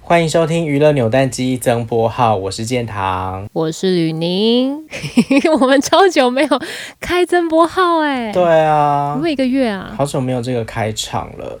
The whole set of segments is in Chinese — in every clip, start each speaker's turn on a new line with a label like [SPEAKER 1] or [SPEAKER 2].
[SPEAKER 1] 欢迎收听娱乐扭蛋机增播号，我是建堂。
[SPEAKER 2] 我是吕宁， 我们超久没有开增播号哎、
[SPEAKER 1] 对
[SPEAKER 2] 有
[SPEAKER 1] 啊
[SPEAKER 2] 没，有一个月啊？
[SPEAKER 1] 好久没有这个开场了。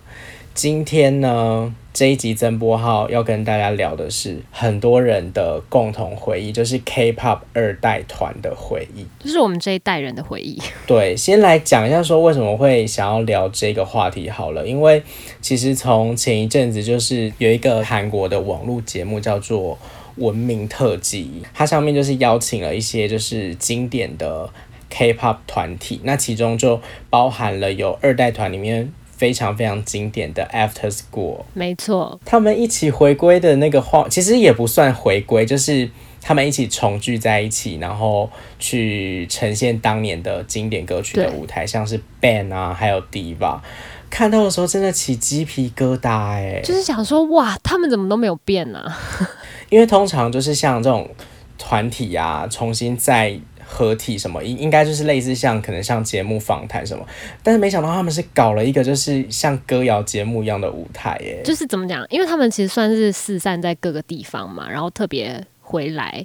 [SPEAKER 1] 今天呢，这一集增播号要跟大家聊的是很多人的共同回忆，就是 K-pop 二代团的回忆。
[SPEAKER 2] 就是我们这一代人的回忆，
[SPEAKER 1] 对，先来讲一下说为什么会想要聊这个话题好了，因为其实从前一阵子就是有一个韩国的网络节目叫做。文明特辑，它上面就是邀请了一些就是经典的 K-pop 团体，那其中就包含了有二代团里面非常非常经典的 After School，
[SPEAKER 2] 没错，
[SPEAKER 1] 他们一起回归的那个画，其实也不算回归，就是他们一起重聚在一起，然后去呈现当年的经典歌曲的
[SPEAKER 2] 对
[SPEAKER 1] 舞台，像是 Band 啊，还有 Diva。看到的时候真的起鸡皮疙瘩哎、
[SPEAKER 2] 就是想说哇，他们怎么都没有变啊呢、
[SPEAKER 1] 因为通常就是像这种团体啊，重新再合体什么，应应该就是类似像可能像节目访谈什么，但是没想到他们是搞了一个就是像歌谣节目一样的舞台哎、
[SPEAKER 2] 就是怎么讲？因为他们其实算是四散在各个地方嘛，然后特别回来，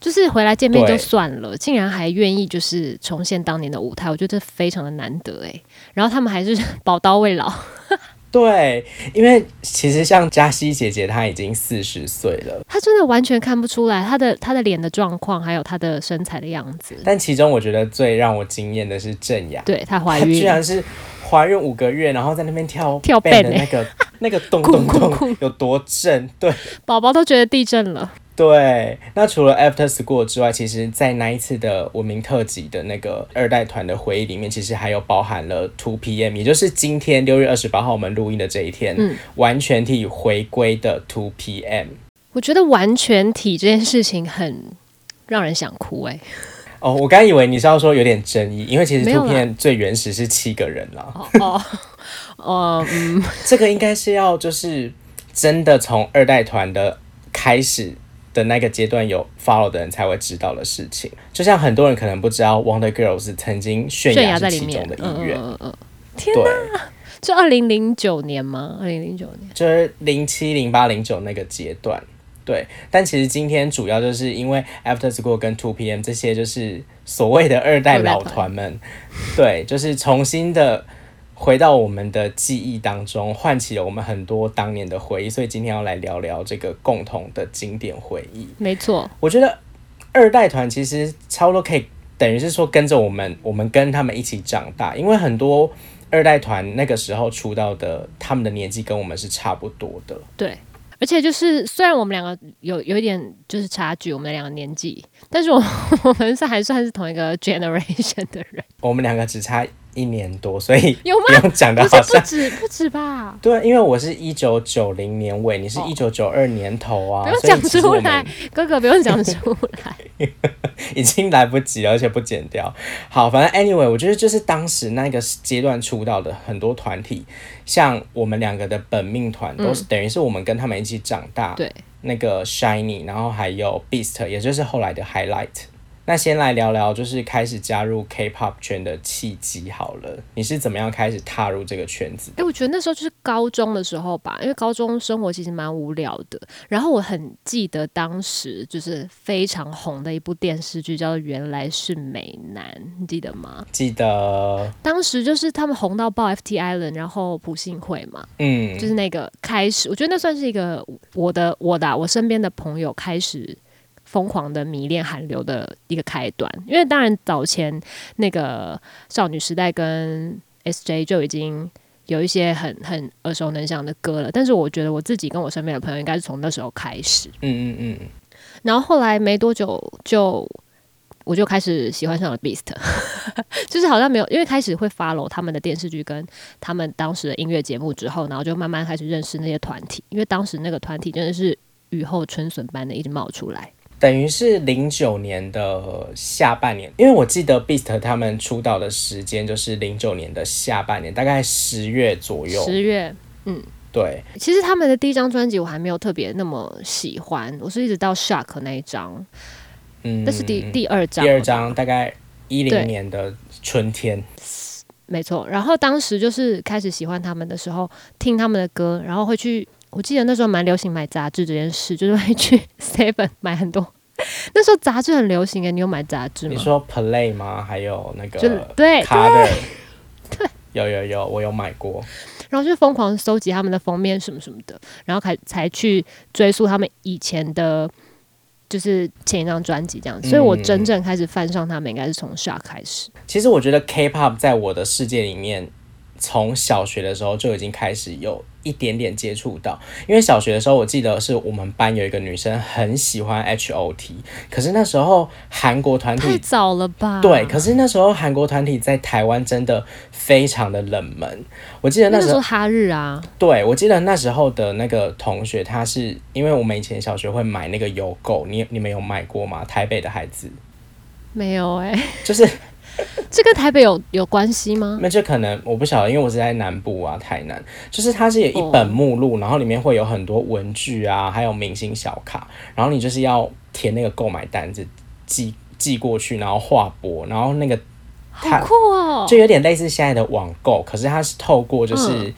[SPEAKER 2] 就是回来见面
[SPEAKER 1] 对
[SPEAKER 2] 就算了，竟然还愿意就是重现当年的舞台，我觉得这非常的难得哎、然后他们还是宝刀未老，
[SPEAKER 1] 对，因为其实像嘉熙姐姐，她已经四十岁了，
[SPEAKER 2] 他真的完全看不出来他的他的脸的状况，还有他的身材的样子。
[SPEAKER 1] 但其中我觉得最让我惊艳的是郑雅，
[SPEAKER 2] 对她怀
[SPEAKER 1] 她居
[SPEAKER 2] 孕，
[SPEAKER 1] 然是怀孕五个月，然后在那边跳
[SPEAKER 2] 跳
[SPEAKER 1] band 的
[SPEAKER 2] band 欸
[SPEAKER 1] 那个那个咚
[SPEAKER 2] 酷
[SPEAKER 1] 咚
[SPEAKER 2] 酷
[SPEAKER 1] 咚
[SPEAKER 2] 酷
[SPEAKER 1] 有多震，对
[SPEAKER 2] 宝宝都觉得地震了。
[SPEAKER 1] 对。那除了 After School 之外，其实，在那一次的文明特辑的那个二代团的回忆里面，其实还有包含了 Two PM，也就是今天六月二十八号我们录音的这一天，
[SPEAKER 2] 嗯
[SPEAKER 1] 完全体回归的 Two PM。
[SPEAKER 2] 我觉得完全体这件事情很让人想哭哎、
[SPEAKER 1] 哦，我刚以为你是要说有点争议，因为其实
[SPEAKER 2] 没有
[SPEAKER 1] 图
[SPEAKER 2] 啦
[SPEAKER 1] 片最原始是七个人啦，
[SPEAKER 2] 哦哦哦， 嗯，
[SPEAKER 1] 这个应该是要就是真的从二代团的开始的那个阶段有 follow 的人才会知道的事情。就像很多人可能不知道 Wonder Girls 曾经泫
[SPEAKER 2] 泫
[SPEAKER 1] 雅
[SPEAKER 2] 雅在
[SPEAKER 1] 是
[SPEAKER 2] 里
[SPEAKER 1] 其
[SPEAKER 2] 面
[SPEAKER 1] 中的，
[SPEAKER 2] 嗯
[SPEAKER 1] 一
[SPEAKER 2] 嗯
[SPEAKER 1] 员，
[SPEAKER 2] 嗯嗯，
[SPEAKER 1] 对，
[SPEAKER 2] 这二零零九年吗？二零零九年，
[SPEAKER 1] 就是零七、零八、零九那个阶段。对，但其实今天主要就是因为 After School 跟 Two PM 这些就是所谓的二代
[SPEAKER 2] 二代
[SPEAKER 1] 老
[SPEAKER 2] 团
[SPEAKER 1] 团们，对，就是重新的回到我们的记忆当中，唤起了我们很多当年的回忆，所以今天要来聊聊这个共同的经典回忆。
[SPEAKER 2] 没错，
[SPEAKER 1] 我觉得二代团其实差不多可以，等于是说跟着我们，我们跟他们一起长大，因为很多二代团那个时候出道的，他们的年纪跟我们是差不多的。
[SPEAKER 2] 对。而且就是，虽然我们两个有有一点就是差距，我们两个年纪，但是我 我们是还算是同一个 generation 的人，
[SPEAKER 1] 我们两个只差一年多，所以
[SPEAKER 2] 有吗
[SPEAKER 1] 不用讲
[SPEAKER 2] 不
[SPEAKER 1] 的
[SPEAKER 2] 是
[SPEAKER 1] 好
[SPEAKER 2] 不
[SPEAKER 1] 像。
[SPEAKER 2] 止不止吧？
[SPEAKER 1] 对，因为我是一九九零年尾，你是
[SPEAKER 2] 哦
[SPEAKER 1] 一九九二年头啊，
[SPEAKER 2] 不用
[SPEAKER 1] 所以
[SPEAKER 2] 讲
[SPEAKER 1] 其实我
[SPEAKER 2] 出
[SPEAKER 1] 们
[SPEAKER 2] 来，哥哥不用讲出来。
[SPEAKER 1] 已经来不及了，而且不剪掉。好，反正 anyway，我觉得就是当时那个阶段出道的很多团体，像我们两个的本命团，都是、等于是我们跟他们一起长大。
[SPEAKER 2] 对，
[SPEAKER 1] 那个 Shiny，然后还有 Beast，也就是后来的 Highlight。那先来聊聊，就是开始加入 K-pop 圈的契机好了。你是怎么样开始踏入这个圈子？
[SPEAKER 2] 哎、我觉得那时候就是高中的时候吧，因为高中生活其实蛮无聊的。然后我很记得当时就是非常红的一部电视剧，叫做《原来是美男》，你记得吗？
[SPEAKER 1] 记得，
[SPEAKER 2] 当时就是他们红到爆 FT Island，然后朴信惠嘛，
[SPEAKER 1] 嗯，
[SPEAKER 2] 就是那个开始，我觉得那算是一个我的我的啊、我身边的朋友开始疯狂的迷恋韩流的一个开端。因为当然早前那个少女时代跟 SJ 就已经有一些很很耳熟能详的歌了，但是我觉得我自己跟我身边的朋友应该是从那时候开始。
[SPEAKER 1] 嗯嗯嗯，
[SPEAKER 2] 然后后来没多久就我就开始喜欢上了 Beast，就是好像没有，因为开始会 follow 他们的电视剧跟他们当时的音乐节目之后，然后就慢慢开始认识那些团体，因为当时那个团体真的是雨后春笋般的一直冒出来。
[SPEAKER 1] 等于是零九年的下半年，因为我记得 Beast 他们出道的时间就是零九年的下半年，大概十月左右。
[SPEAKER 2] 十月，
[SPEAKER 1] 对，
[SPEAKER 2] 其实他们的第一张专辑我还没有特别那么喜欢，我是一直到 Shark 那一张，
[SPEAKER 1] 嗯，
[SPEAKER 2] 但是第、第二张，
[SPEAKER 1] 第二张大概一
[SPEAKER 2] 对
[SPEAKER 1] 零年的春天。
[SPEAKER 2] 没错，然后当时就是开始喜欢他们的时候，听他们的歌，然后会去我记得那时候蛮流行买杂志这件事，就是会去 Seven 买很多。 那时候杂志很流行欸诶，你有买杂志吗？
[SPEAKER 1] 你说 Play 吗？还有那个
[SPEAKER 2] 就对
[SPEAKER 1] Color，
[SPEAKER 2] 对对
[SPEAKER 1] 有有有，我有买过。
[SPEAKER 2] 然后就疯狂搜集他们的封面什么什么的，然后才才去追溯他们以前的，就是前一张专辑这样。所以
[SPEAKER 1] 嗯
[SPEAKER 2] 我真正开始犯上他们，应该是从 Shark 开始。
[SPEAKER 1] 其实我觉得 K-pop 在我的世界里面，从小学的时候就已经开始有一点点接触到。因为小学的时候，我记得是我们班有一个女生很喜欢 H.O.T，可是那时候韩国团
[SPEAKER 2] 太
[SPEAKER 1] 体
[SPEAKER 2] 早了吧？
[SPEAKER 1] 对，可是那时候韩国团体在台湾真的非常的冷门。我记得
[SPEAKER 2] 那
[SPEAKER 1] 那
[SPEAKER 2] 个
[SPEAKER 1] 时
[SPEAKER 2] 时
[SPEAKER 1] 候
[SPEAKER 2] 候，哈日啊，
[SPEAKER 1] 对我记得那时候的那个同学，他是因为我们以前小学会买那个邮购，你你们有买过吗？台北的孩子
[SPEAKER 2] 没有诶，
[SPEAKER 1] 就是
[SPEAKER 2] 这跟台北有有关系吗？
[SPEAKER 1] 那就可能我不晓得，因为我是在南部啊，台南，就是它是有一本目录，然后里面会有很多文具啊，还有明星小卡，然后你就是要填那个购买单子，寄寄过去，然后划拨，然后那个
[SPEAKER 2] 好酷哦！
[SPEAKER 1] 就有点类似现在的网购，可是它是透过就是、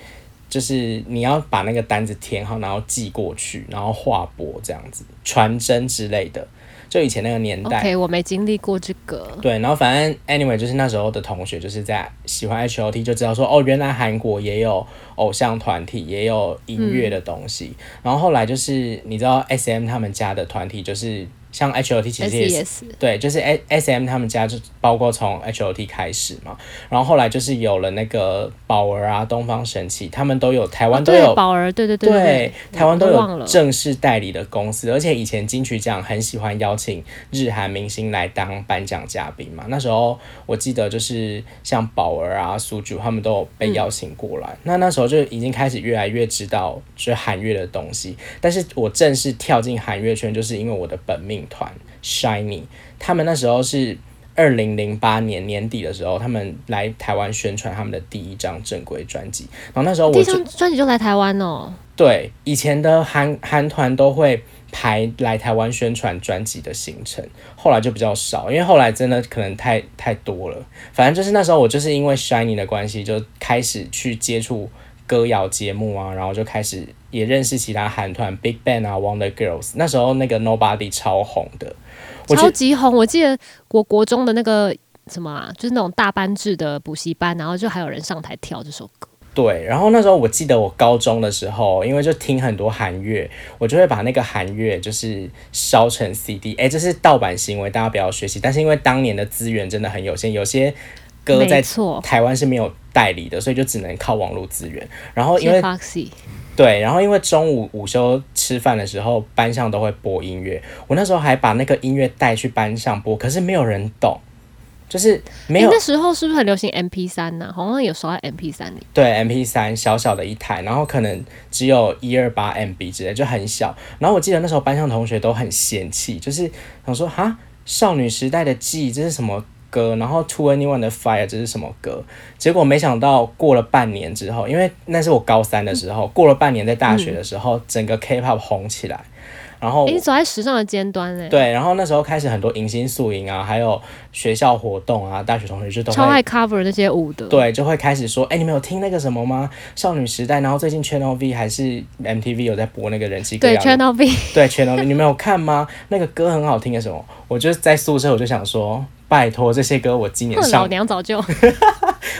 [SPEAKER 1] 就是你要把那个单子填好，然后寄过去，然后划拨这样子，传真之类的，就以前那个年代。
[SPEAKER 2] OK，我没经历过这个。
[SPEAKER 1] 对，然后反正 anyway 就是那时候的同学就是在喜欢 H O T 就知道说哦，原来韩国也有偶像团体，也有音乐
[SPEAKER 2] 嗯
[SPEAKER 1] 的东西。然后后来就是你知道 S M 他们家的团体就是像 H O T 其
[SPEAKER 2] S
[SPEAKER 1] 实也
[SPEAKER 2] E
[SPEAKER 1] 是
[SPEAKER 2] S，
[SPEAKER 1] 对，就是 S S M 他们家就包括从 H O T 开始嘛，然后后来就是有了那个宝儿啊、东方神起，他们都有台湾都有、
[SPEAKER 2] 哦对宝儿，对对对
[SPEAKER 1] 对，台湾都
[SPEAKER 2] 我忘
[SPEAKER 1] 有
[SPEAKER 2] 了
[SPEAKER 1] 正式代理的公司，而且以前金曲奖很喜欢邀请日韩明星来当颁奖嘉宾嘛。那时候我记得就是像宝儿啊、苏竹他们都有被邀请过来。那那时候就已经开始越来越知道就是韩乐的东西，但是我正式跳进韩乐圈，就是因为我的本命团 Shiny，他们那时候是。二零零八年年底的时候，他们来台湾宣传他们的第一张正规专辑，然后那时候我
[SPEAKER 2] 第一
[SPEAKER 1] 就
[SPEAKER 2] 张专辑就来台湾哦。
[SPEAKER 1] 对，以前的韩韩团都会排来台湾宣传专辑的行程，后来就比较少，因为后来真的可能太太多了。反正就是那时候我就是因为 Shiny 的关系，就开始去接触歌谣节目啊，然后就开始也认识其他韩团 Big Bang 啊、Wonder Girls。那时候那个 Nobody 超红的，我觉
[SPEAKER 2] 超
[SPEAKER 1] 得
[SPEAKER 2] 级红！我记得我国中的那个什么啊，就是那种大班制的补习班，然后就还有人上台跳这首歌。
[SPEAKER 1] 对，然后那时候我记得我高中的时候，因为就听很多韩乐，我就会把那个韩乐就是烧成 CD，哎，这是盗版行为，大家不要学习。但是因为当年的资源真的很有限，有些歌在
[SPEAKER 2] 没错，
[SPEAKER 1] 台湾是没有代理的，所以就只能靠网络资源。然后因
[SPEAKER 2] 谢
[SPEAKER 1] 为
[SPEAKER 2] Foxy，
[SPEAKER 1] 对，然后因为中午午休吃饭的时候，班上都会播音乐，我那时候还把那个音乐带去班上播，可是没有人懂，就是没
[SPEAKER 2] 哎、
[SPEAKER 1] 有。
[SPEAKER 2] 那时候是不是很流行 MP 三呢、好像有时候在 MP 三里。
[SPEAKER 1] 对，MP 三小小的一台，然后可能只有一二八 MB 之类，就很小。然后我记得那时候班上同学都很嫌弃，就是想说哈，少女时代的记忆这是什么歌？然后 To Anyone 的 Fire 这是什么歌？结果没想到过了半年之后，因为那是我高三的时候，过了半年在大
[SPEAKER 2] 嗯
[SPEAKER 1] 学的时候，整个 K-pop 红起来，然后
[SPEAKER 2] 哎、你走在时尚的尖端哎、
[SPEAKER 1] 哦对，然后那时候开始很多迎新宿营啊，还有学校活动啊，大学同学就都
[SPEAKER 2] 超
[SPEAKER 1] 会
[SPEAKER 2] 爱 cover 那些舞的。，
[SPEAKER 1] 对，就会开始说，哎、你们有听那个什么吗？少女时代，然后最近 Channel V 还是 MTV 有在播那个人气歌
[SPEAKER 2] 对
[SPEAKER 1] 谣的，
[SPEAKER 2] Channel V，
[SPEAKER 1] 对 Channel V，你们有看吗？ 那个歌很好听的什么？我就在宿舍，我就想说，拜托这些歌我今年
[SPEAKER 2] 老
[SPEAKER 1] 上
[SPEAKER 2] 娘早就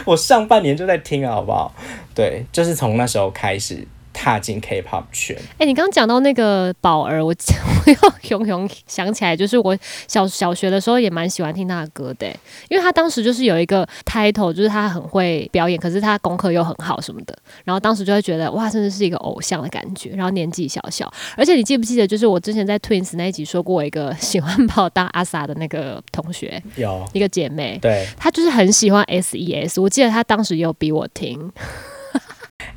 [SPEAKER 1] 我上半年就在听了，好不好？对，就是从那时候开始踏进 K-pop 圈。
[SPEAKER 2] 哎、你刚刚讲到那个宝儿，我 我又熊熊想起来，就是我小小学的时候也蛮喜欢听他的歌的欸、因为他当时就是有一个 title，就是他很会表演，可是他功课又很好什么的，然后当时就会觉得哇，真的是一个偶像的感觉。然后年纪小小，而且你记不记得，就是我之前在 Twins 那一集说过，我一个喜欢把我当阿 sa 的那个同学，
[SPEAKER 1] 有，
[SPEAKER 2] 一个姐妹。
[SPEAKER 1] 对
[SPEAKER 2] 她就是很喜欢 S E S，我记得她当时也有逼我听，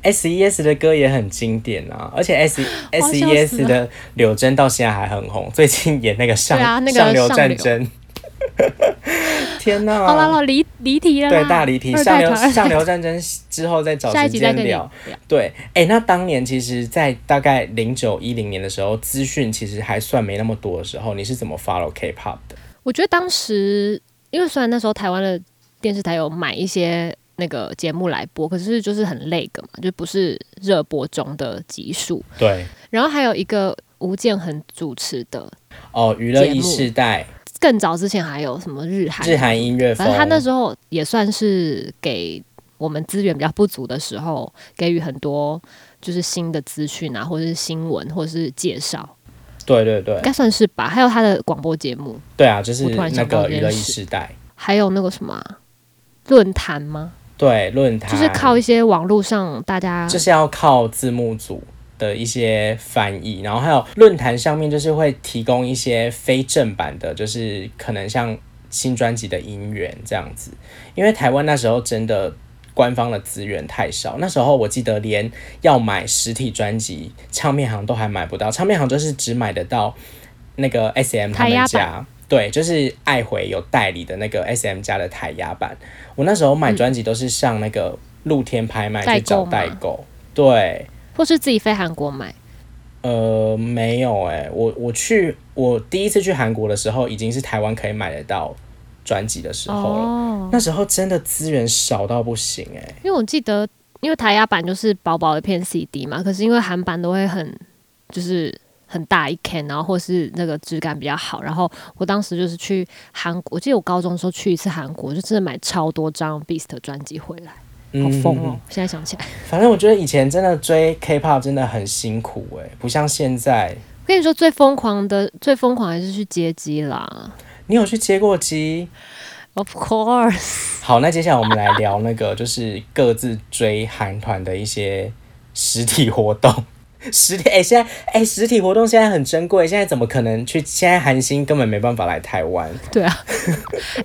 [SPEAKER 1] ，S.E.S E 的歌也很经典啊，而且 S
[SPEAKER 2] 笑
[SPEAKER 1] S.E.S
[SPEAKER 2] 死了
[SPEAKER 1] 的柳真到现在还很红，最近演那个上、
[SPEAKER 2] 对啊那个
[SPEAKER 1] 上流
[SPEAKER 2] 上
[SPEAKER 1] 战
[SPEAKER 2] 流
[SPEAKER 1] 争。 天哪！
[SPEAKER 2] 好啦，好啦离离题了啦，
[SPEAKER 1] 哦对，大离题。
[SPEAKER 2] 二
[SPEAKER 1] 上
[SPEAKER 2] 代
[SPEAKER 1] 流
[SPEAKER 2] 团二代
[SPEAKER 1] 上流战争 之后再找
[SPEAKER 2] 下一
[SPEAKER 1] 时
[SPEAKER 2] 集再
[SPEAKER 1] 间
[SPEAKER 2] 跟你
[SPEAKER 1] 聊。对，哎、那当年其实，在大概零九一零年的时候，资讯其实还算没那么多的时候，你是怎么 follow K-pop 的？
[SPEAKER 2] 我觉得当时，因为虽然那时候台湾的电视台有买一些那个节目来播，可是就是很累个嘛，就不是热播中的集数。
[SPEAKER 1] 对，
[SPEAKER 2] 然后还有一个吴建衡主持的，
[SPEAKER 1] 哦，娱乐
[SPEAKER 2] 节
[SPEAKER 1] 一
[SPEAKER 2] 目
[SPEAKER 1] 世代，
[SPEAKER 2] 更早之前还有什么日韩
[SPEAKER 1] 日韩音乐
[SPEAKER 2] 反
[SPEAKER 1] 风，
[SPEAKER 2] 正他那时候也算是给我们资源比较不足的时候，给予很多就是新的资讯啊，或者是新闻，或者是介绍，
[SPEAKER 1] 对对对
[SPEAKER 2] 应，该算是吧。还有他的广播节目，
[SPEAKER 1] 对啊，就是
[SPEAKER 2] 我突然
[SPEAKER 1] 那
[SPEAKER 2] 想到
[SPEAKER 1] 个
[SPEAKER 2] 这
[SPEAKER 1] 娱
[SPEAKER 2] 件
[SPEAKER 1] 乐一
[SPEAKER 2] 事
[SPEAKER 1] 世代，
[SPEAKER 2] 还有那个什么啊论坛吗？
[SPEAKER 1] 对论坛，
[SPEAKER 2] 就是靠一些网络上大家
[SPEAKER 1] 就是要靠字幕组的一些翻译，然后还有论坛上面就是会提供一些非正版的，就是可能像新专辑的音源这样子。因为台湾那时候真的官方的资源太少，那时候我记得连要买实体专辑，唱片行都还买不到，唱片行就是只买得到那个 S M 他
[SPEAKER 2] 台
[SPEAKER 1] 们
[SPEAKER 2] 压
[SPEAKER 1] 家。对，就是爱回有代理的那个 S M 家的台压版，我那时候买专辑都是上那个露天拍卖
[SPEAKER 2] 嗯代
[SPEAKER 1] 去找
[SPEAKER 2] 购吗
[SPEAKER 1] 代购，对，
[SPEAKER 2] 或是自己飞韩国买，
[SPEAKER 1] 呃，没有哎、我我去我第一次去韩国的时候，已经是台湾可以买得到专辑的时候了。
[SPEAKER 2] 哦
[SPEAKER 1] 那时候真的资源少到不行哎、
[SPEAKER 2] 因为我记得，因为台压版就是薄薄一片 CD 嘛，可是因为韩版都会很就是很大一 can，然后或是那个质感比较好。然后我当时就是去韩国，我记得我高中的时候去一次韩国，就真的买超多张 Beast 专辑回来，好疯
[SPEAKER 1] 嗯
[SPEAKER 2] 哦！现在想起来，
[SPEAKER 1] 反正我觉得以前真的追 K-pop 真的很辛苦哎、不像现在。
[SPEAKER 2] 我跟你说最疯狂的，最疯狂还是去接机啦
[SPEAKER 1] 你有去接过机？
[SPEAKER 2] ，Of course。
[SPEAKER 1] 好，那接下来我们来聊那个，就是各自追韩团的一些实体活动。 实体哎、现在哎、实体活动现在很珍贵，现在怎么可能去？现在韩星根本没办法来台湾。
[SPEAKER 2] 对啊，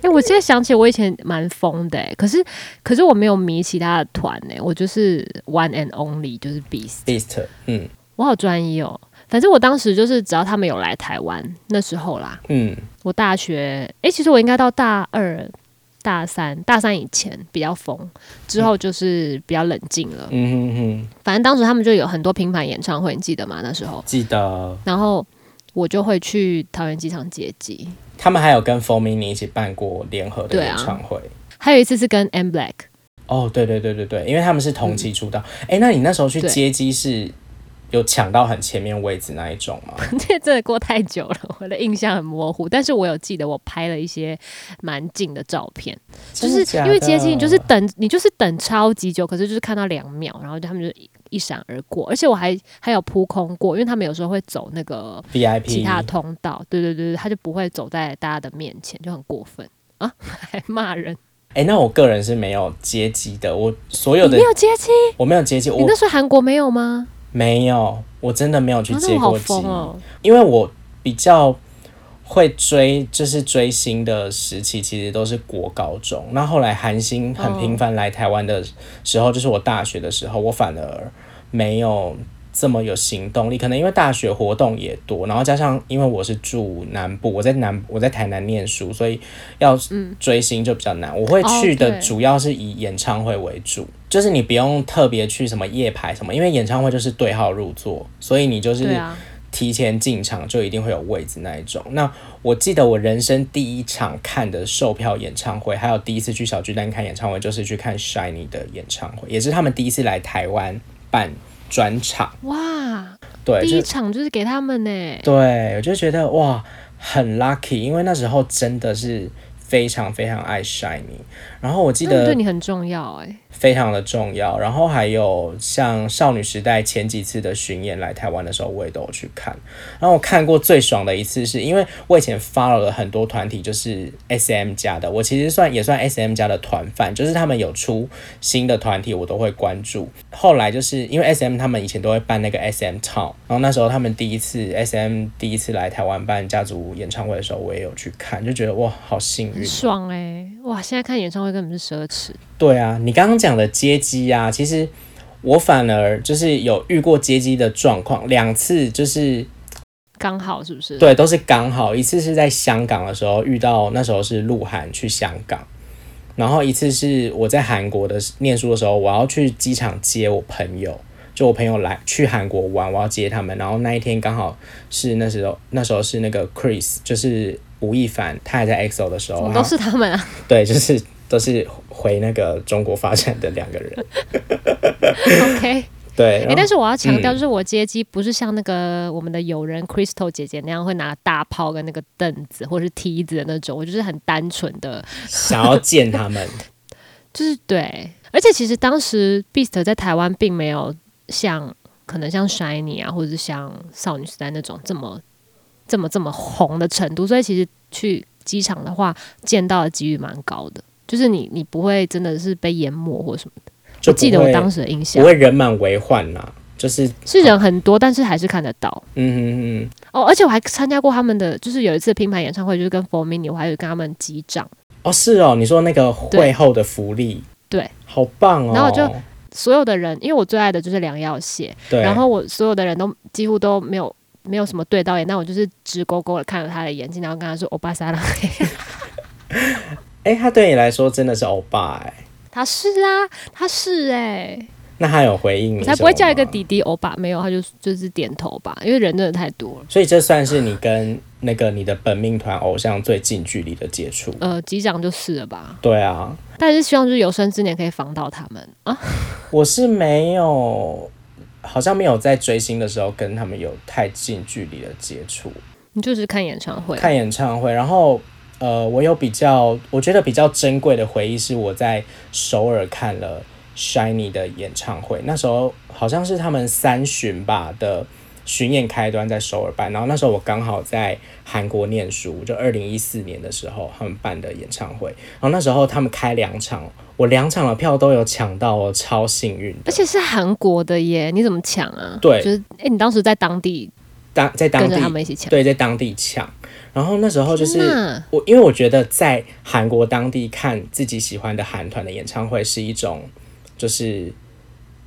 [SPEAKER 2] 哎、我现在想起我以前蛮疯的、欸，可是可是我没有迷其他的团呢、我就是 one and only，就是 Beast。
[SPEAKER 1] Beast，嗯
[SPEAKER 2] 我好专一哦。反正我当时就是，只要他们有来台湾，那时候啦，
[SPEAKER 1] 嗯，
[SPEAKER 2] 我大学，诶、其实我应该到大二、大三、大三以前比较疯，之后就是比较冷静了。
[SPEAKER 1] 嗯哼哼，
[SPEAKER 2] 反正当时他们就有很多拼盘演唱会，你记得吗？那时候，
[SPEAKER 1] 记得
[SPEAKER 2] 然后我就会去桃园机场接机，
[SPEAKER 1] 他们还有跟 f o r m i n 一起办过联合的
[SPEAKER 2] 对啊
[SPEAKER 1] 演唱会。
[SPEAKER 2] 还有一次是跟 M Black，
[SPEAKER 1] 哦，对对对对对，因为他们是同期出道。哎、那你那时候去
[SPEAKER 2] 嗯对
[SPEAKER 1] 接机是有抢到很前面位置那一种吗？
[SPEAKER 2] 这真的过太久了，我的印象很模糊，但是我有记得我拍了一些蛮近的照片。 就
[SPEAKER 1] 真的
[SPEAKER 2] 是
[SPEAKER 1] 假
[SPEAKER 2] 因为接近，
[SPEAKER 1] 的
[SPEAKER 2] 就是等你就是等超级久，可是就是看到两秒，然后他们就一一闪而过，而且我还还有扑空过，因为他们有时候会走那个
[SPEAKER 1] VIP
[SPEAKER 2] 其他通道，对对对对，他就不会走在大家的面前，就很过分啊， 还骂人，
[SPEAKER 1] 哎、那我个人是没有接机的，我所有
[SPEAKER 2] 你
[SPEAKER 1] 的
[SPEAKER 2] 没有接机，
[SPEAKER 1] 我没有接机，
[SPEAKER 2] 你
[SPEAKER 1] 我
[SPEAKER 2] 那时候韩国没有吗？
[SPEAKER 1] 没有，我真的没有去
[SPEAKER 2] 啊，那
[SPEAKER 1] 接
[SPEAKER 2] 我好
[SPEAKER 1] 过机，
[SPEAKER 2] 疯哦，
[SPEAKER 1] 因为我比较会追，就是追星的时期，其实都是国高中。那后来韩星很频繁来台湾的时候，就是我大学的时候，我反而没有这么有行动力，可能因为大学活动也多，然后加上因为我是住南部，我在南我在台南念书，所以要追星就比较难。我会去
[SPEAKER 2] 哦
[SPEAKER 1] 的
[SPEAKER 2] 对
[SPEAKER 1] 主要是以演唱会为主，就是你不用特别去什么夜排什么，因为演唱会就是对号入座，所以你就是
[SPEAKER 2] 对啊，
[SPEAKER 1] 提前进场就一定会有位置那一种。那我记得我人生第一场看的售票演唱会，还有第一次去小巨蛋看演唱会，就是去看 Shiny 的演唱会，也是他们第一次来台湾办专场。
[SPEAKER 2] 哇，
[SPEAKER 1] 对，
[SPEAKER 2] 第
[SPEAKER 1] 就
[SPEAKER 2] 一场就是给他们呢，
[SPEAKER 1] 对，我就觉得哇，很 lucky，因为那时候真的是非常非常爱 Shiny。然后我记
[SPEAKER 2] 他们
[SPEAKER 1] 得
[SPEAKER 2] 对你很重要哎，
[SPEAKER 1] 非常的重要。然后还有像少女时代前几次的巡演来台湾的时候，我也都有去看。然后我看过最爽的一次是，因为我以前 follow 了很多团体，就是 S M 家的，我其实算也算 S M 家的团饭，就是他们有出新的团体，我都会关注。后来就是因为 S M 他们以前都会办那个 S M Town，然后那时候他们第一次 S M 第一次来台湾办家族演唱会的时候，我也有去看，就觉得哇，好幸运啊
[SPEAKER 2] 很。爽哎，哇，现在看演唱会根本是奢侈，
[SPEAKER 1] 对啊，你刚刚讲的接机啊，其实我反而就是有遇过接机的状况，两次就是
[SPEAKER 2] 刚好是不是？
[SPEAKER 1] 对，都啊是刚好，一次是在香港的时候遇到，那时候是鹿晗去香港，然后一次是我在韩国的念书的时候，我要去机场接我朋友。就我朋友来去韩国玩，我要接他们，然后那一天刚好是那时候，那时候哦是那个 Chris，就是吴亦凡，他还在 EXO 的时候，
[SPEAKER 2] 怎
[SPEAKER 1] 然
[SPEAKER 2] 么
[SPEAKER 1] 后
[SPEAKER 2] 都是他们啊？
[SPEAKER 1] 对，就是都是回那个中国发展的两个人。
[SPEAKER 2] OK，
[SPEAKER 1] 对，啊嗯
[SPEAKER 2] 哎、
[SPEAKER 1] 然后
[SPEAKER 2] 但是我要强调，就是我接机不是像那个我们的友人 Crystal 姐姐那样会拿大炮跟那个凳子或者是梯子的那种，我就是很单纯的，
[SPEAKER 1] 想要见他 们，
[SPEAKER 2] 就是对。而且其实当时 Beast 在台湾并没有像可能像 Shiny 啊，或者是像少女时代那种这么这么这么红的程度，所以其实去机场的话，见到的几率蛮高的。就是你，你不会真的是被淹没或什么。
[SPEAKER 1] 就
[SPEAKER 2] 我记得我当
[SPEAKER 1] 时
[SPEAKER 2] 时的印象
[SPEAKER 1] 不会人满为患啦、就是嗯
[SPEAKER 2] 是人很多，但是还是看得到。
[SPEAKER 1] 嗯嗯嗯，
[SPEAKER 2] 哦，而且我还参加过他们的，就是有一次拼盘演唱会，就是跟 For Mini，我还有跟他们击掌，
[SPEAKER 1] 哦是哦，你说那个会
[SPEAKER 2] 对
[SPEAKER 1] 后的福利，
[SPEAKER 2] 对，
[SPEAKER 1] 好棒哦，
[SPEAKER 2] 然后我就所有的人，因为我最爱的就是梁耀谢，
[SPEAKER 1] 对，
[SPEAKER 2] 然后我所有的人都几乎都没有没有什么对到眼，但我就是直勾勾的看着他的眼睛，然后跟他说“欧巴 萨拉嘿”，
[SPEAKER 1] 哎、他对你来说真的是欧巴哎、
[SPEAKER 2] 他是啊，他是哎、
[SPEAKER 1] 那他有回应你
[SPEAKER 2] 我
[SPEAKER 1] 什么吗？
[SPEAKER 2] 才不会叫一个弟弟欧巴，没有，他就就是点头吧，因为人真的太多了。
[SPEAKER 1] 所以这算是你跟那个你的本命团偶像最近距离的接触。
[SPEAKER 2] 呃，击掌就是了吧，
[SPEAKER 1] 对啊，
[SPEAKER 2] 但是希望就是有生之年可以防到他们啊。
[SPEAKER 1] 我是没有，好像没有在追星的时候跟他们有太近距离的接触。
[SPEAKER 2] 你就是看演唱会，
[SPEAKER 1] 看演唱会，然后呃，我有比较，我觉得比较珍贵的回忆是我在首尔看了 Shiny 的演唱会，那时候好像是他们三巡吧的巡演开端在首尔办，然后那时候我刚好在韩国念书，就二零一四年的时候他们办的演唱会，然后那时候他们开两场，我两场的票都有抢到哦，超幸运的
[SPEAKER 2] 而。且是韩国的耶，你怎么抢啊？
[SPEAKER 1] 对
[SPEAKER 2] 就是哎、诶你当时在当地
[SPEAKER 1] 当在当
[SPEAKER 2] 跟着
[SPEAKER 1] 地
[SPEAKER 2] 他们一起抢，啊
[SPEAKER 1] 对，在当地抢，然后那时候就是。
[SPEAKER 2] 那
[SPEAKER 1] 我因为我觉得在韩国当地看自己喜欢的韩团的演唱会是一种，就是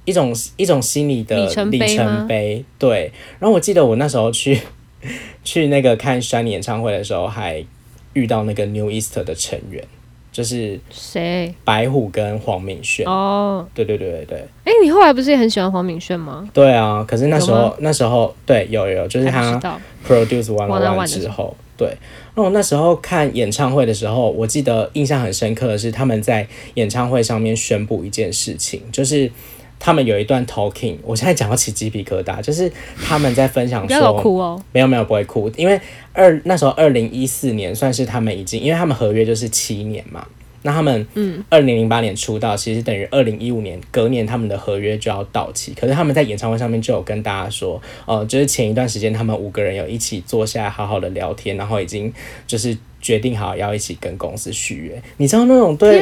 [SPEAKER 1] 一种一种心理的
[SPEAKER 2] 里程
[SPEAKER 1] 里
[SPEAKER 2] 碑
[SPEAKER 1] 程
[SPEAKER 2] 吗
[SPEAKER 1] 碑。对，然后我记得我那时候去 去那个看 s h 演唱会的时候，还遇到那个 New East 的成员，就是
[SPEAKER 2] 谁？
[SPEAKER 1] 白虎跟黄敏炫。
[SPEAKER 2] 哦，
[SPEAKER 1] 对对对对对，
[SPEAKER 2] 哎、你后来不是也很喜欢黄敏炫吗？
[SPEAKER 1] 对啊！可是那时
[SPEAKER 2] 有
[SPEAKER 1] 候
[SPEAKER 2] 吗
[SPEAKER 1] 那时候对有有，就是
[SPEAKER 2] 还
[SPEAKER 1] 他
[SPEAKER 2] 不知道，
[SPEAKER 1] Produce One
[SPEAKER 2] One on One
[SPEAKER 1] One
[SPEAKER 2] 的
[SPEAKER 1] 之
[SPEAKER 2] 时
[SPEAKER 1] 后，对。那我那时候看演唱会的时候，我记得印象很深刻的是，他们在演唱会上面宣布一件事情，就是他们有一段 talking，我现在讲到起鸡皮疙瘩，就是他们在分享
[SPEAKER 2] 不要老
[SPEAKER 1] 说，
[SPEAKER 2] 哭哦。
[SPEAKER 1] 没有没有不会哭，因为二那时候二零一四年算是他们已经，因为他们合约就是七年嘛，那他们嗯二零零八年出道，其实等于二零一五年隔年他们的合约就要到期，可是他们在演唱会上面就有跟大家说，呃，就是前一段时间他们五个人有一起坐下来好好的聊天，然后已经就是决定好要一起跟公司续约，你知道那种对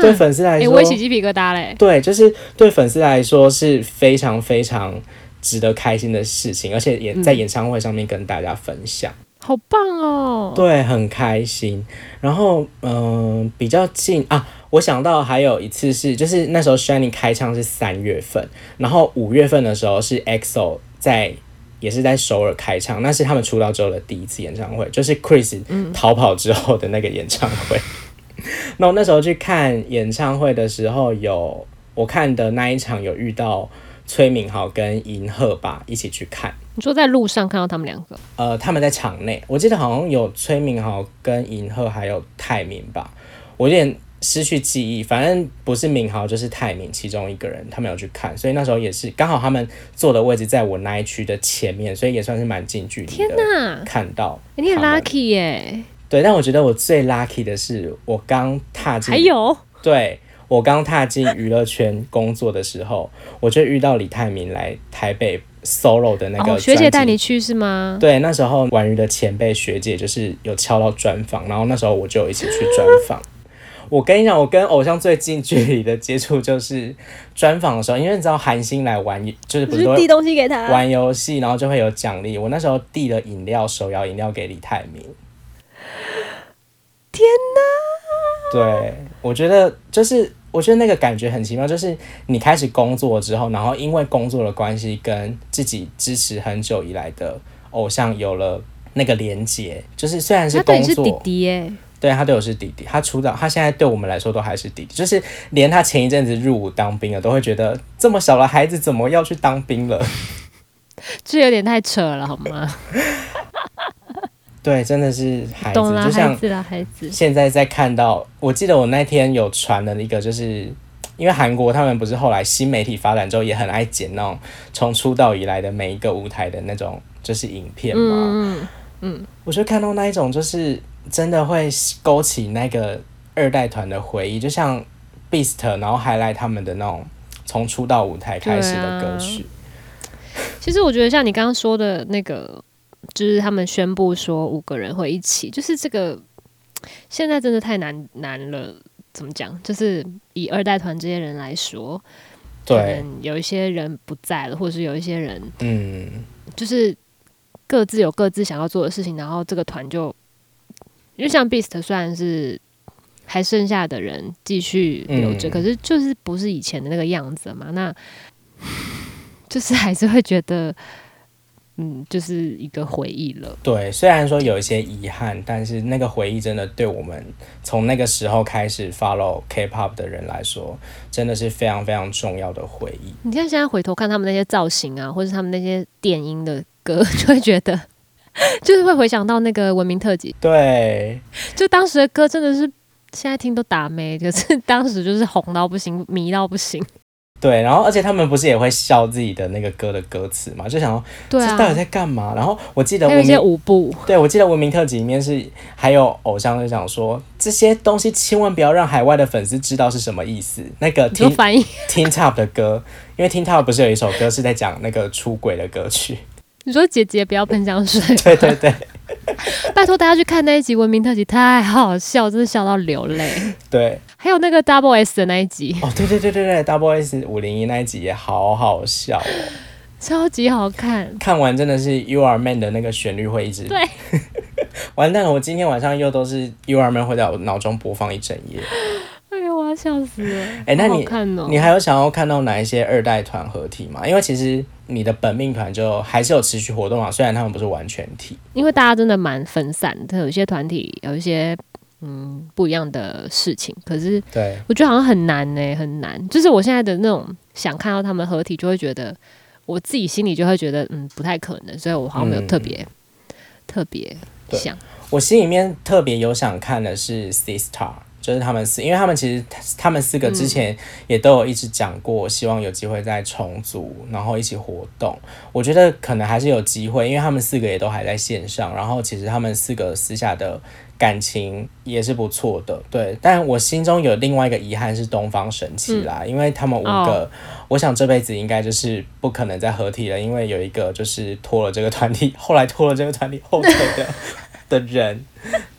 [SPEAKER 1] 对粉丝来
[SPEAKER 2] 哎、
[SPEAKER 1] 说，
[SPEAKER 2] 我也起鸡皮疙瘩嘞。
[SPEAKER 1] 对，就是对粉丝来说是非常非常值得开心的事情，而且也在演唱会上面跟大家分享，
[SPEAKER 2] 好棒哦！
[SPEAKER 1] 对，很开心。然后，嗯、比较近啊，我想到还有一次是，就是那时候 Shiny 开唱是三月份，然后五月份的时候是 EXO 在。也是在首尔开唱，那是他们出道之后的第一次演唱会，就是 Chris 逃跑之后的那个演唱会。 那我那时候去看演唱会的时候有，我看的那一场有遇到崔敏豪跟银赫吧一起去看，
[SPEAKER 2] 你说在路上看到他们两个，
[SPEAKER 1] 呃，他们在场内，我记得好像有崔敏豪跟银赫还有泰民吧，我有点失去记忆，反正不是敏豪就是泰民其中一个人，他们有去看，所以那时候也是刚好他们坐的位置在我那一区的前面，所以也算是蛮近距离
[SPEAKER 2] 天
[SPEAKER 1] 的
[SPEAKER 2] 哪！
[SPEAKER 1] 看到。
[SPEAKER 2] 诶你很
[SPEAKER 1] 他们
[SPEAKER 2] lucky 耶、
[SPEAKER 1] 对，但我觉得我最 lucky 的是，我刚踏进
[SPEAKER 2] 还有
[SPEAKER 1] 对我刚踏进娱乐圈工作的时候，我就遇到李泰民来台北 solo 的那个、
[SPEAKER 2] 哦，学姐带你。去是吗？
[SPEAKER 1] 对，那时候婉瑜的前辈学姐就是有敲到专访，然后那时候我就有一起去专访。我跟你讲，我跟偶像最近距离的接触就是专访的时候，因为你知道韩星来玩，就是不
[SPEAKER 2] 就是是
[SPEAKER 1] 都
[SPEAKER 2] 递东西给啊他，
[SPEAKER 1] 玩游戏，然后就会有奖励。我那时候递了饮料，手摇饮料给李泰民。
[SPEAKER 2] 天
[SPEAKER 1] 对，我觉得就是，我觉得那个感觉很奇妙，就是你开始工作之后，然后因为工作的关系，跟自己支持很久以来的偶像有了那个连结，就是虽然
[SPEAKER 2] 哪！他
[SPEAKER 1] 是
[SPEAKER 2] 对
[SPEAKER 1] 工
[SPEAKER 2] 你是
[SPEAKER 1] 作，
[SPEAKER 2] 弟弟耶、
[SPEAKER 1] 对他对我是弟弟，他出道，他现在对我们来说都还是弟弟，就是连他前一阵子入伍当兵了，都会觉得这么小的孩子怎么要去当兵了？
[SPEAKER 2] 这有点太扯了好吗？
[SPEAKER 1] 对，真的是孩子，
[SPEAKER 2] 懂啦，
[SPEAKER 1] 哎就
[SPEAKER 2] 孩
[SPEAKER 1] 像
[SPEAKER 2] 子啦，孩子，
[SPEAKER 1] 现在在看到，我记得我那天有传了一个，就是因为韩国他们不是后来新媒体发展之后，也很爱剪那种从出道以来的每一个舞台的那种就是影片嘛。嗯我就看到那一种，就是真的会勾起那个二代团的回忆，就像 Beast，然后 Highlight 他们的那种从出道舞台开始的歌曲。
[SPEAKER 2] 其实我觉得像你刚刚说的那个，就是他们宣布说五个人会一起，就是这个现在真的太难难了。怎么讲？就是以二代团这些人来说，
[SPEAKER 1] 对，
[SPEAKER 2] 可能啊有一些人不在了，或者是有一些人
[SPEAKER 1] 嗯，
[SPEAKER 2] 就是各自有各自想要做的事情，然后这个团就因为像 Beast 虽然是还剩下的人继续留着，
[SPEAKER 1] 嗯
[SPEAKER 2] 可是就是不是以前的那个样子了嘛，那 就是还是会觉得。嗯，就是一个回忆了。
[SPEAKER 1] 对。虽然说有一些遗憾，但是那个回忆真的对我们从那个时候开始 follow K-pop 的人来说，真的是非常非常重要的回忆。
[SPEAKER 2] 你看现在回头看他们那些造型啊，或者他们那些电音的歌，就会觉得， 就是会回想到那个文明特辑，
[SPEAKER 1] 对，
[SPEAKER 2] 就当时的歌真的是现在听都打没， 可是当时就是红到不行，迷到不行。
[SPEAKER 1] 对。然后，而且他们不是也会笑自己的那个歌的歌词嘛？就想说
[SPEAKER 2] 对
[SPEAKER 1] 这
[SPEAKER 2] 啊，
[SPEAKER 1] 到底在干嘛？然后我记得
[SPEAKER 2] 还有
[SPEAKER 1] 我
[SPEAKER 2] 一些
[SPEAKER 1] 们。
[SPEAKER 2] 舞步，
[SPEAKER 1] 对，我记得文明特辑里面是还有偶像就讲说，这些东西千万不要让海外的粉丝知道是什么意思。那个
[SPEAKER 2] 你说
[SPEAKER 1] Teen
[SPEAKER 2] 翻译，
[SPEAKER 1] Teen Top 的歌，因为 Teen Top 不是有一首歌是在讲那个出轨的歌曲？
[SPEAKER 2] 你说姐姐不要喷香水，
[SPEAKER 1] 对对对
[SPEAKER 2] 拜托大家去看那一集文明特辑，太好笑，真的笑到流泪。
[SPEAKER 1] 对，
[SPEAKER 2] 还有那个 Double S 的那一集，
[SPEAKER 1] 哦对对对对对，Double S 五零一那一集也好好笑哦，
[SPEAKER 2] 超级好看。
[SPEAKER 1] 看完真的是 You Are Man 的那个旋律会一直
[SPEAKER 2] 对，
[SPEAKER 1] 完蛋了，我今天晚上又都是 You Are Man 会在我脑中播放一整夜。
[SPEAKER 2] 哎呦，我要笑死了。
[SPEAKER 1] 哎那
[SPEAKER 2] 好好
[SPEAKER 1] 你
[SPEAKER 2] 看哦，
[SPEAKER 1] 你还有想要看到哪一些二代团合体吗？因为其实你的本命团就还是有持续活动啊，虽然他们不是完全体。
[SPEAKER 2] 因为大家真的蛮分散的，有一些团体，有一些嗯不一样的事情，可是
[SPEAKER 1] 对，
[SPEAKER 2] 我觉得好像很难呢、很难。就是我现在的那种想看到他们合体，就会觉得我自己心里就会觉得，嗯，不太可能，所以我好像没有
[SPEAKER 1] 嗯
[SPEAKER 2] 特别、特别
[SPEAKER 1] 对
[SPEAKER 2] 想。
[SPEAKER 1] 我心里面特别有想看的是 C Star，就是他们四，因为他们其实他们四个之前也都有一直讲过，希望有机会再重组，然后一起活动。我觉得可能还是有机会，因为他们四个也都还在线上，然后其实他们四个私下的感情也是不错的，对。但我心中有另外一个遗憾是东方神起啦，因为他们五个，我想这辈子应该就是不可能再合体了，因为有一个就是拖了这个团体， 后来拖了这个团体后腿的的人，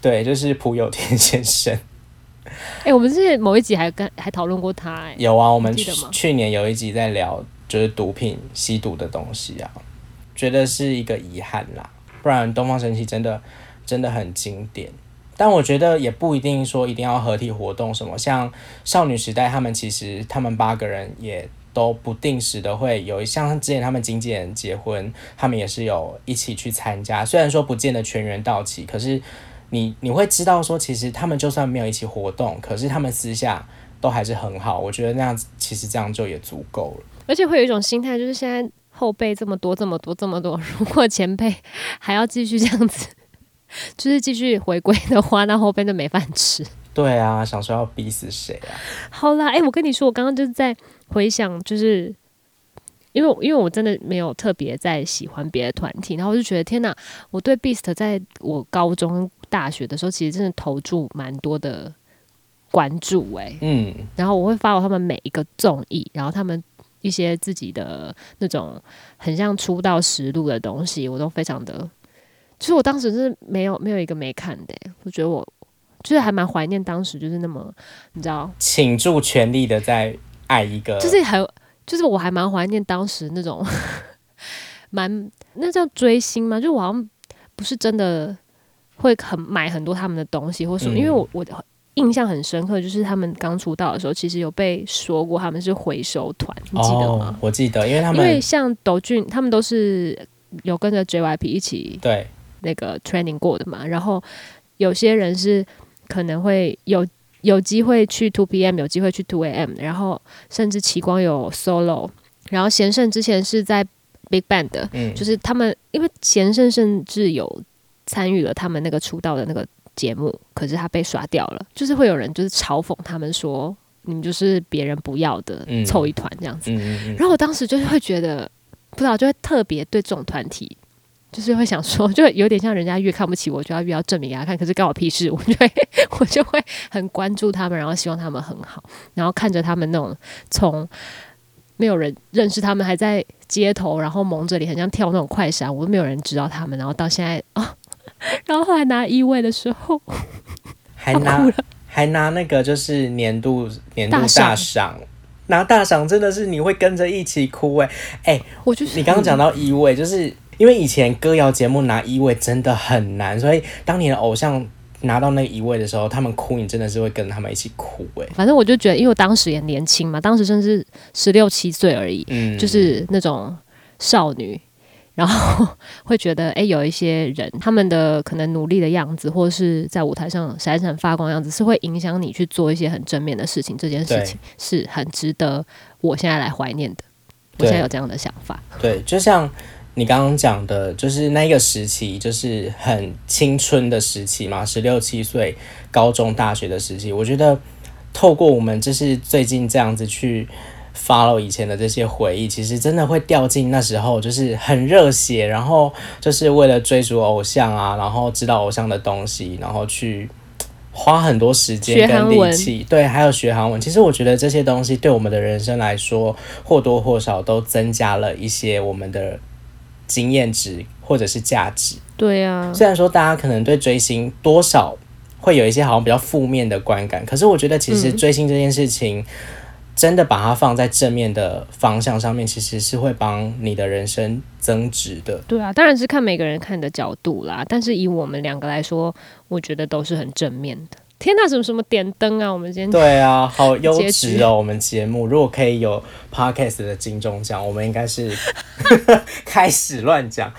[SPEAKER 1] 对，就是朴有天先生。
[SPEAKER 2] 哎、我们之前某一集还跟还讨论过他、哎，
[SPEAKER 1] 有啊，我们
[SPEAKER 2] 记
[SPEAKER 1] 去
[SPEAKER 2] 得吗
[SPEAKER 1] 去年有一集在聊就是毒品吸毒的东西啊，觉得是一个遗憾啦。不然东方神起真的真的很经典，但我觉得也不一定说一定要合体活动什么，像少女时代他们其实他们八个人也。都不定时的会有一像之前他们经纪人结婚，他们也是有一起去参加，虽然说不见得全员到齐，可是你你会知道说，其实他们就算没有一起活动，可是他们私下都还是很好。我觉得那样子其实这样就也足够了。
[SPEAKER 2] 而且会有一种心态，就是现在后辈这么多、这么多、这么多，如果前辈还要继续这样子， 就是继续回归的话，那后辈就没饭吃。
[SPEAKER 1] 对啊，想说要逼死谁啊？
[SPEAKER 2] 好啦，哎、我跟你说，我刚刚就是在回想，就是因为我因为我真的没有特别在喜欢别的团体，然后我就觉得天哪，我对 Beast 在我高中、大学的时候，其实真的投注蛮多的关注、诶。
[SPEAKER 1] 嗯，
[SPEAKER 2] 然后我会发我他们每一个综艺，然后他们一些自己的那种很像出道实录的东西，我都非常的，其实我当时是没有没有一个没看的、哎我觉得我就是还蛮怀念当时就是那么你知道，
[SPEAKER 1] 倾注全力的在爱一个，
[SPEAKER 2] 就是还就是我还蛮怀念当时那种 蛮那叫追星嘛，就我好像不是真的会很买很多他们的东西或什么，
[SPEAKER 1] 嗯
[SPEAKER 2] 因为我我印象很深刻，就是他们刚出道的时候，其实有被说过他们是回收团，你记得
[SPEAKER 1] 哦
[SPEAKER 2] 吗？，
[SPEAKER 1] 我记得，因为他
[SPEAKER 2] 因为
[SPEAKER 1] 们
[SPEAKER 2] 像斗俊他们都是有跟着 JYP 一起
[SPEAKER 1] 对
[SPEAKER 2] 那个 training 过的嘛，然后有些人是可能会有有机会去 two p.m，有机会去 two a.m，然后甚至奇光有 solo，然后贤胜之前是在 big band 的，
[SPEAKER 1] 嗯
[SPEAKER 2] 就是他们因为贤胜甚至有参与了他们那个出道的那个节目，可是他被刷掉了，就是会有人就是嘲讽他们说你们就是别人不要的
[SPEAKER 1] 嗯
[SPEAKER 2] 凑一团这样子。
[SPEAKER 1] 嗯 嗯嗯，
[SPEAKER 2] 然后我当时就是会觉得，不知道就会特别对这种团体，就是会想说， 就有点像人家越看不起我，就要越要证明给啊他看。可是干我屁事，我就会我就会很关注他们，然后希望他们很好，然后看着他们那种从没有人认识他们，还在街头，然后蒙着脸，很像跳那种快闪，我都没有人知道他们，然后到现在哦。然后后来拿一位的时候，
[SPEAKER 1] 还拿还拿那个就是年度年度
[SPEAKER 2] 大赏
[SPEAKER 1] 大赏，拿大赏真的是你会跟着一起哭哎、哎、
[SPEAKER 2] 我就是嗯
[SPEAKER 1] 你刚刚讲到一位，就是因为以前歌谣节目拿一位真的很难，所以当你的偶像拿到那一位的时候，他们哭，你真的是会跟他们一起哭哎、
[SPEAKER 2] 反正我就觉得，因为我当时也年轻嘛，当时甚至十六七岁而已，
[SPEAKER 1] 嗯，
[SPEAKER 2] 就是那种少女，然后会觉得，诶，有一些人他们的可能努力的样子，或是在舞台上闪闪发光的样子，是会影响你去做一些很正面的事情。这件事
[SPEAKER 1] 对
[SPEAKER 2] 情是很值得我现在来怀念的。我
[SPEAKER 1] 对
[SPEAKER 2] 现在有这样的想法，
[SPEAKER 1] 对，就像你刚刚讲的，就是那个时期，就是很青春的时期嘛，十六七岁、高中、大学的时期。我觉得透过我们就是最近这样子去 follow 以前的这些回忆，其实真的会掉进那时候，就是很热血，然后就是为了追逐偶像啊，然后知道偶像的东西，然后去。花很多时
[SPEAKER 2] 学
[SPEAKER 1] 间
[SPEAKER 2] 韩
[SPEAKER 1] 跟
[SPEAKER 2] 文
[SPEAKER 1] 力气，对，还有学韩文。其实我觉得这些东西对我们的人生来说，或多或少都增加了一些我们的经验值或者是价值。
[SPEAKER 2] 对啊，
[SPEAKER 1] 虽然说大家可能对追星多少会有一些好像比较负面的观感，可是我觉得其实追星这件事情，真的把它放在正面的方向上面，其实是会帮你的人生增值的。
[SPEAKER 2] 对啊，当然是看每个人看的角度啦。但是以我们两个来说，我觉得都是很正面的。天呐，什么什么点灯啊！我们今天
[SPEAKER 1] 对啊，好优
[SPEAKER 2] 结局
[SPEAKER 1] 质哦！我们节目如果可以有 podcast 的金钟奖，我们应该是 开始乱讲。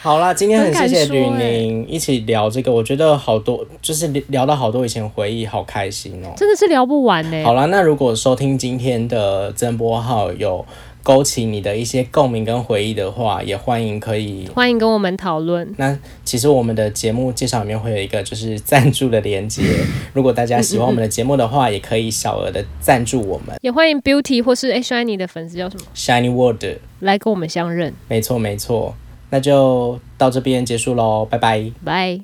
[SPEAKER 1] 好啦，今天很谢谢吕
[SPEAKER 2] 很敢说欸
[SPEAKER 1] 宁一起聊这个，我觉得好多就是聊到好多以前回忆，好开心哦、
[SPEAKER 2] 真的是聊不完欸呢、
[SPEAKER 1] 好啦，那如果收听今天的增播号有勾起你的一些共鸣跟回忆的话，也欢迎可以。
[SPEAKER 2] 欢迎跟我们讨论。
[SPEAKER 1] 那其实我们的节目介绍里面会有一个就是赞助的连接，如果大家喜欢我们的节目的话，也可以小额的赞助我们。
[SPEAKER 2] 也欢迎 Beauty 或是 H I E 你的粉丝叫什么
[SPEAKER 1] Shiny World，
[SPEAKER 2] 来跟我们相认，
[SPEAKER 1] 没错没错，那就到这边结束喽，拜拜。
[SPEAKER 2] 拜。